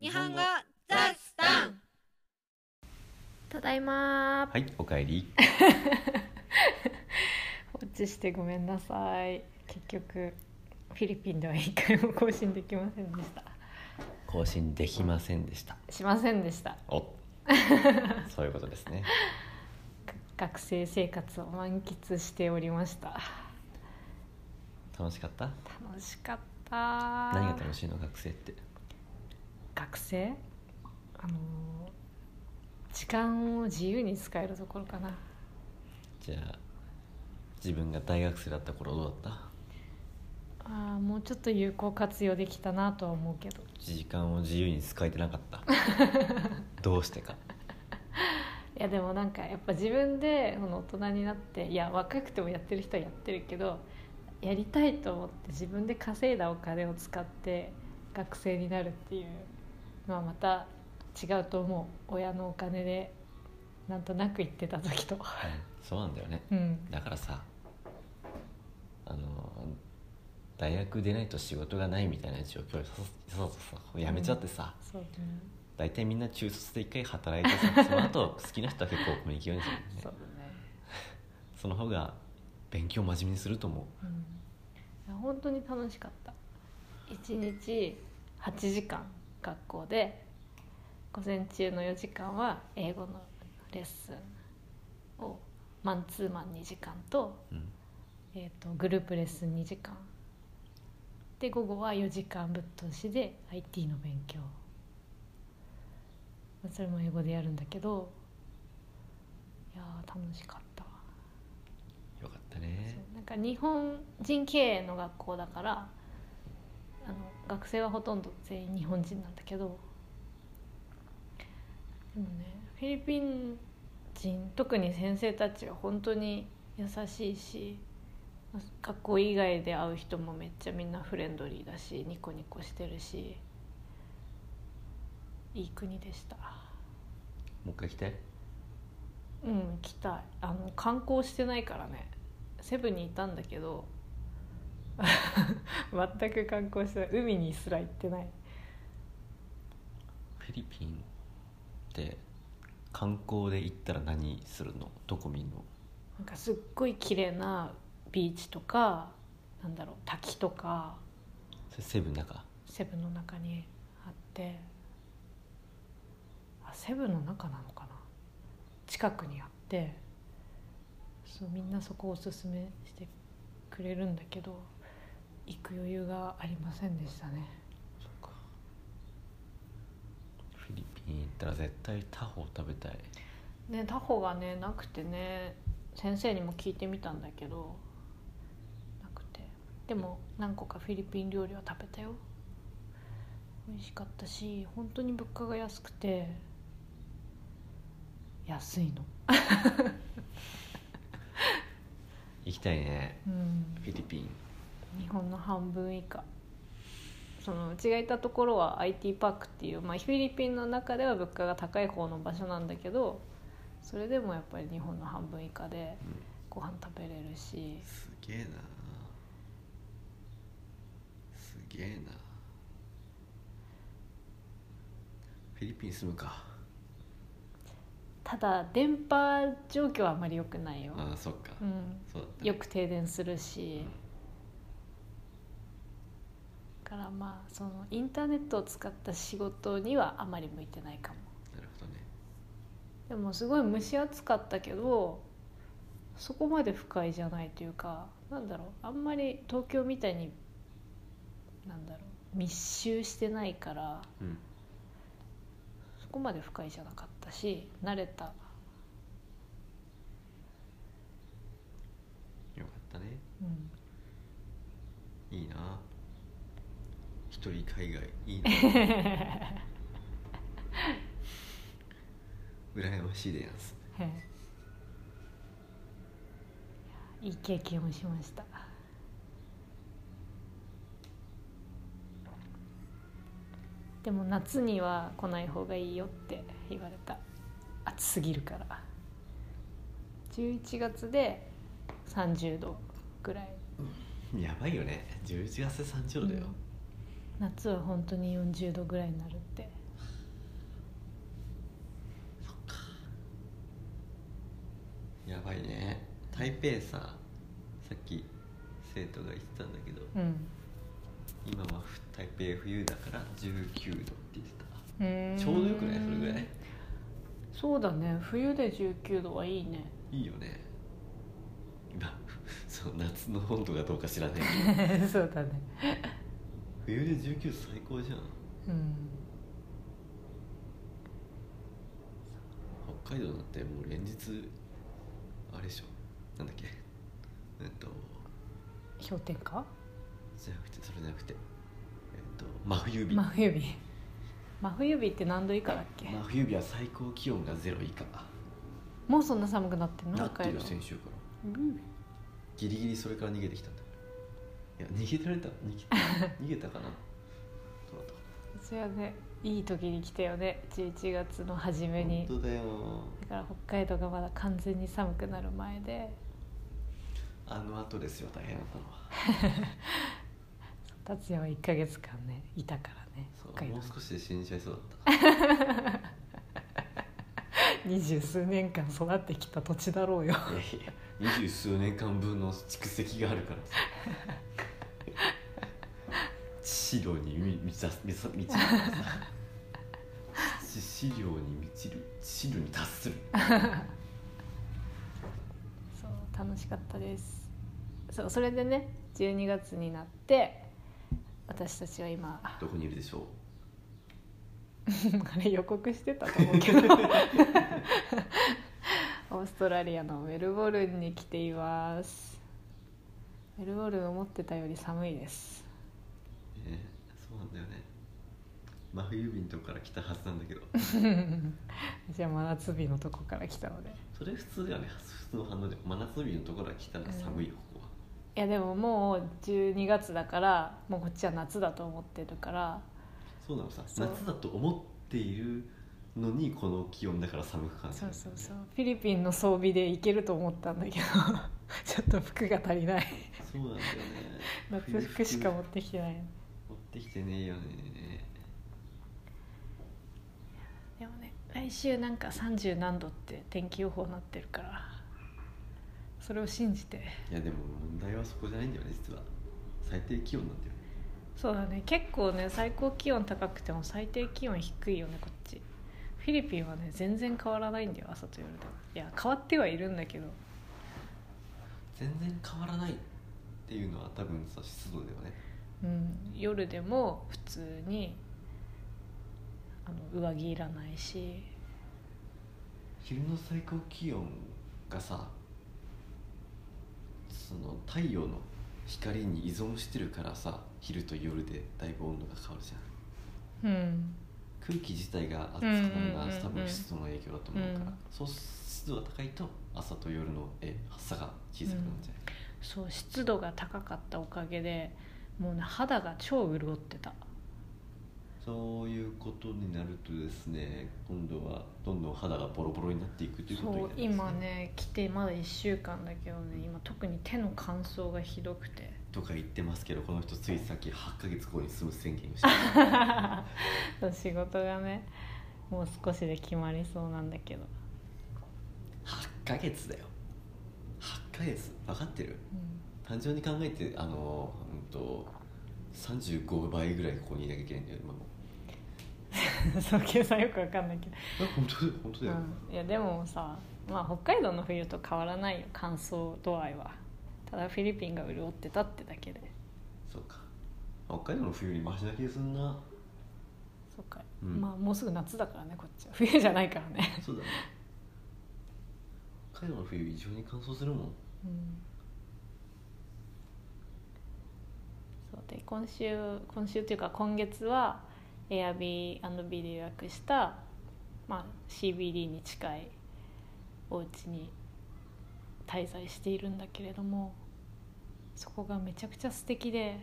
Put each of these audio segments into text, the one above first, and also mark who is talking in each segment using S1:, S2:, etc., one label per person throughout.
S1: 日本語ザスタン
S2: ただいまー
S3: はい、おかえり。
S2: 放置してごめんなさい結局フィリピンでは一回も更新できませんでした
S3: 更新できませんでした。
S2: しませんでした
S3: お。そういうことですね。
S2: 学生生活を満喫しておりました
S3: 楽しかった。
S2: 楽しかった
S3: 何が楽しいの、学生って。
S2: 学生あのー時間を自由に使えるところかな
S3: じゃあ。自分が大学生だった頃どうだった。
S2: あーもうちょっと有効活用できたなとは思うけど
S3: 時間を自由に使えてなかった。どうしてか。
S2: いやでもなんかやっぱ自分でその大人になっていや若くてもやってる人はやってるけどやりたいと思って自分で稼いだお金を使って学生になるっていうのはまた違うと思う親のお金でなんとなく行ってた時と
S3: うんそうなんだよね。
S2: うん
S3: だからさ。あの。大学出ないと仕事がないみたいな状況にさそうそうそうやめちゃってさ、
S2: そうね
S3: 大体みんな中卒で一回働いてさその後好きな人は結構コミュニケーションするよね
S2: そうだね
S3: その方が勉強真面目にすると思
S2: うんいや本当に楽しかった1日8時間学校で午前中の4時間は英語のレッスンをマンツーマン2時間と,、
S3: う、うん、
S2: えーとグループレッスン2時間で午後は4時間ぶっ通しで IT の勉強それも英語でやるんだけどいやー楽しかったわ
S3: よかったね
S2: そうなんか日本人経営の学校だからあの学生はほとんど全員日本人なんだけどでもねフィリピン人特に先生たちは本当に優しいし学校以外で会う人もめっちゃみんなフレンドリーだしニコニコしてるしいい国でした
S3: もう一回来て
S2: うん行きたいあの観光してないからねセブンにいたんだけど 全く観光してない海にすら行ってない
S3: フィリピンって観光で行ったら何するのどこ見んの
S2: なんかすっごい綺麗なビーチとかなんだろう滝とか
S3: それセブンだか
S2: セブンの中にあってあセブンの中なのかな近くにあってそうみんなそこをおすすめしてくれるんだけど行く余裕がありませんでしたね
S3: フィリピン行ったら絶対タホ食べたい
S2: ねタホがねなくてね先生にも聞いてみたんだけどなくてでも何個かフィリピン料理は食べたよ美味しかったし本当に物価が安くて安いの
S3: 行きたいね
S2: うん
S3: フィリピン
S2: 日本の半分以下そのうちがいたところは IT パークっていう、まあ、フィリピンの中では物価が高い方の場所なんだけどそれでもやっぱり日本の半分以下で
S3: うん
S2: ご飯食べれるし
S3: すげえなすげえなフィリピン住むか
S2: ただ電波状況はあまり良くないよ、
S3: ああそっか、
S2: うん、
S3: そうだったね
S2: よく停電するしだからまあそのインターネットを使った仕事にはあまり向いてないかも
S3: なるほどね
S2: でもすごい蒸し暑かったけどそこまで不快じゃないというかなんだろうあんまり東京みたいになんだろう密集してないから
S3: うん
S2: そこまで不快じゃなかったし慣れた
S3: よかったね
S2: うん
S3: いいな一人海外いいな羨ましいでやんす
S2: はいいやいい経験をしましたでも夏には来ない方がいいよって言われた暑すぎるから11月で30度ぐらい
S3: やばいよね11月30度だよ、
S2: 夏は本当に40度ぐらいになるって
S3: やばいね台北ささっき生徒が言ってたんだけど
S2: うん
S3: 今はふ台北冬だから19度って言って
S2: うーん
S3: たちょうどよくないそれぐらい
S2: そうだね冬で19度はいいね
S3: いいよね今そう夏の温度がどうか知らないけ ど
S2: そうだね
S3: 冬で19度最高じゃん
S2: うん
S3: 北海道だってもう連日あれでしょなんだっけえっと
S2: 氷点下
S3: じゃなくてそれじゃなくてえっと真冬日
S2: 真冬日真冬日って何度以下だっけ、
S3: 真冬日は最高気温がゼロ以下
S2: もうそんな寒くなってんの
S3: なって
S2: 北海
S3: る
S2: 道
S3: 先週から
S2: うん
S3: ギリギリそれから逃げてきたんだいや逃げられた逃げ 逃げたかなどうだったか
S2: それはねいい時に来たよね11月の初
S3: な
S2: めに
S3: 本当だよ
S2: だから北海道がまだ完全に寒くなる前で
S3: あの後ですよ大変だったのは
S2: 達也は1ヶ月間ねいたからね
S3: そ
S2: 北
S3: う
S2: 海
S3: も
S2: 道
S3: う少しで死んじゃいそうだった
S2: 二十数年間育ってきた土地だろ うよ
S3: いやいや二十数年間分の蓄積があるからさ資料にみ満たす満た満ちるからさし資料に満ちる資料に達する
S2: そう楽しかったですそうそれでね12月になって私たちは今あ
S3: どこにいるでしょう
S2: れ予告してたと思うけどオーストラリアのメルボルンに来ていますメルボルン思ってたより寒いです
S3: ねそうなんだよね真冬便とこから来たはずなんだけど
S2: じゃあ真夏日のとこから来たので
S3: それ普通だよね普通の反応で真夏日のとこから来たら寒いよここはい
S2: やでももう12月だからもうこっちは夏だと思ってるから
S3: そうなのさ
S2: そう
S3: 夏だと思っているのにこの気温だから寒く感じ
S2: そ
S3: る
S2: うそうそうフィリピンの装備で行けると思ったんだけどちょっと服が足りない
S3: そうなんだよね
S2: 夏服しか持っ
S3: 持
S2: てきてない
S3: ってきてねえよね
S2: でもね来週なんか30何度って天気予報になってるからそれを信じて
S3: いやでも問題はそこじゃないんだよね実は最低気温なんだよね
S2: そうだね結構ね最高気温高くても最低気温低いよねこっちフィリピンはね全然変わらないんだよ朝と夜でいや変わってはいるんだけど
S3: 全然変わらないっていうのは多分さ湿度だよね
S2: うん、夜でも普通にあの上着いらないし
S3: 昼の最高気温がさその太陽の光に依存してるからさ昼と夜でだいぶ温度が変わるじゃん
S2: うん
S3: 空気自体が暑く
S2: うんうんう
S3: なる
S2: ん
S3: の
S2: う
S3: は
S2: ん
S3: 多分湿度の影響だと思うから、
S2: うん
S3: そう湿度が高いと朝と夜のえ差が小さくなるんじゃない、
S2: そう湿度が高かったおかげでもうね肌が超潤ってた
S3: そういうことになるとですね今度はどんどん肌がボロボロになっていくということに
S2: そ
S3: な
S2: う
S3: りま
S2: 今
S3: すね
S2: ね来てまだ1週間だけどね今特に手の乾燥がひどく て
S3: とか言ってますけどこの人ついさっき8ヶ月後に住む宣言をして る
S2: 仕事がねもう少しで決まりそうなんだけど、
S3: 8ヶ月だよ8ヶ月分かってる
S2: うん
S3: 単純に考えてあのうんと35倍ぐらいここにいなきゃいけないんだよ今も
S2: そう計算よくわかんないけど
S3: あ本当だ本当だよ、
S2: うん、いやでもさ、まあ、北海道の冬と変わらないよ乾燥度合いはただフィリピンが潤ってたってだけで
S3: そうか北海道の冬にマシな気がすんな
S2: そうか、
S3: うん
S2: まあもうすぐ夏だからねこっちは冬じゃないからね、
S3: そうだね北海道の冬異常に乾燥するもん
S2: うん、そうで今週今週というか今月は Airbnb で予約した、まあ、CBD に近いお家に滞在しているんだけれどもそこがめちゃくちゃ素敵で、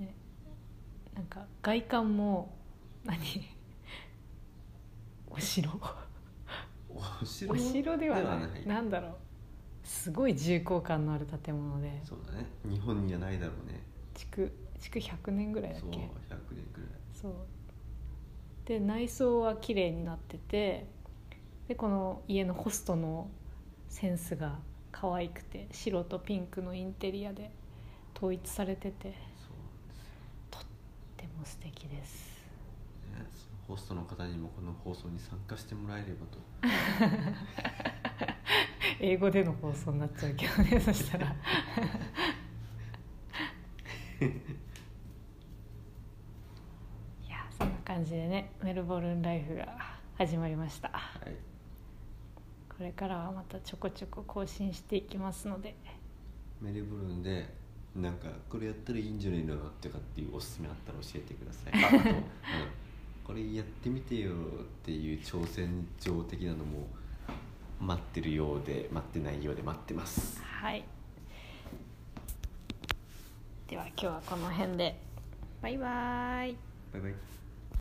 S2: ね、なんか外観も何 お城
S3: お城
S2: お城ではない
S3: ではない
S2: なんだろうすごい重厚感のある建物で
S3: そうだね日本にはないだろうね
S2: 築築100年ぐらいだっ
S3: そう100
S2: け
S3: 年くらい
S2: そうで内装は綺麗になっててでこの家のホストのセンスが可愛くて白とピンクのインテリアで統一されててとっても素敵です
S3: ねそのホストの方にもこの放送に参加してもらえればと
S2: 英語での放送になっちゃうけどねそしたらいやそんな感じでねメルボルンライフが始まりました
S3: はい
S2: これからはまたちょこちょこ更新していきますので
S3: メルブルンでなんかこれやったらいいんじゃないのとかっていうおすすめあったら教えてくださいあ あとあのこれやってみてよっていう挑戦状的なのも待ってるようで待ってないようで待ってます
S2: はいでは今日はこの辺でバイバーイ
S3: バイバイ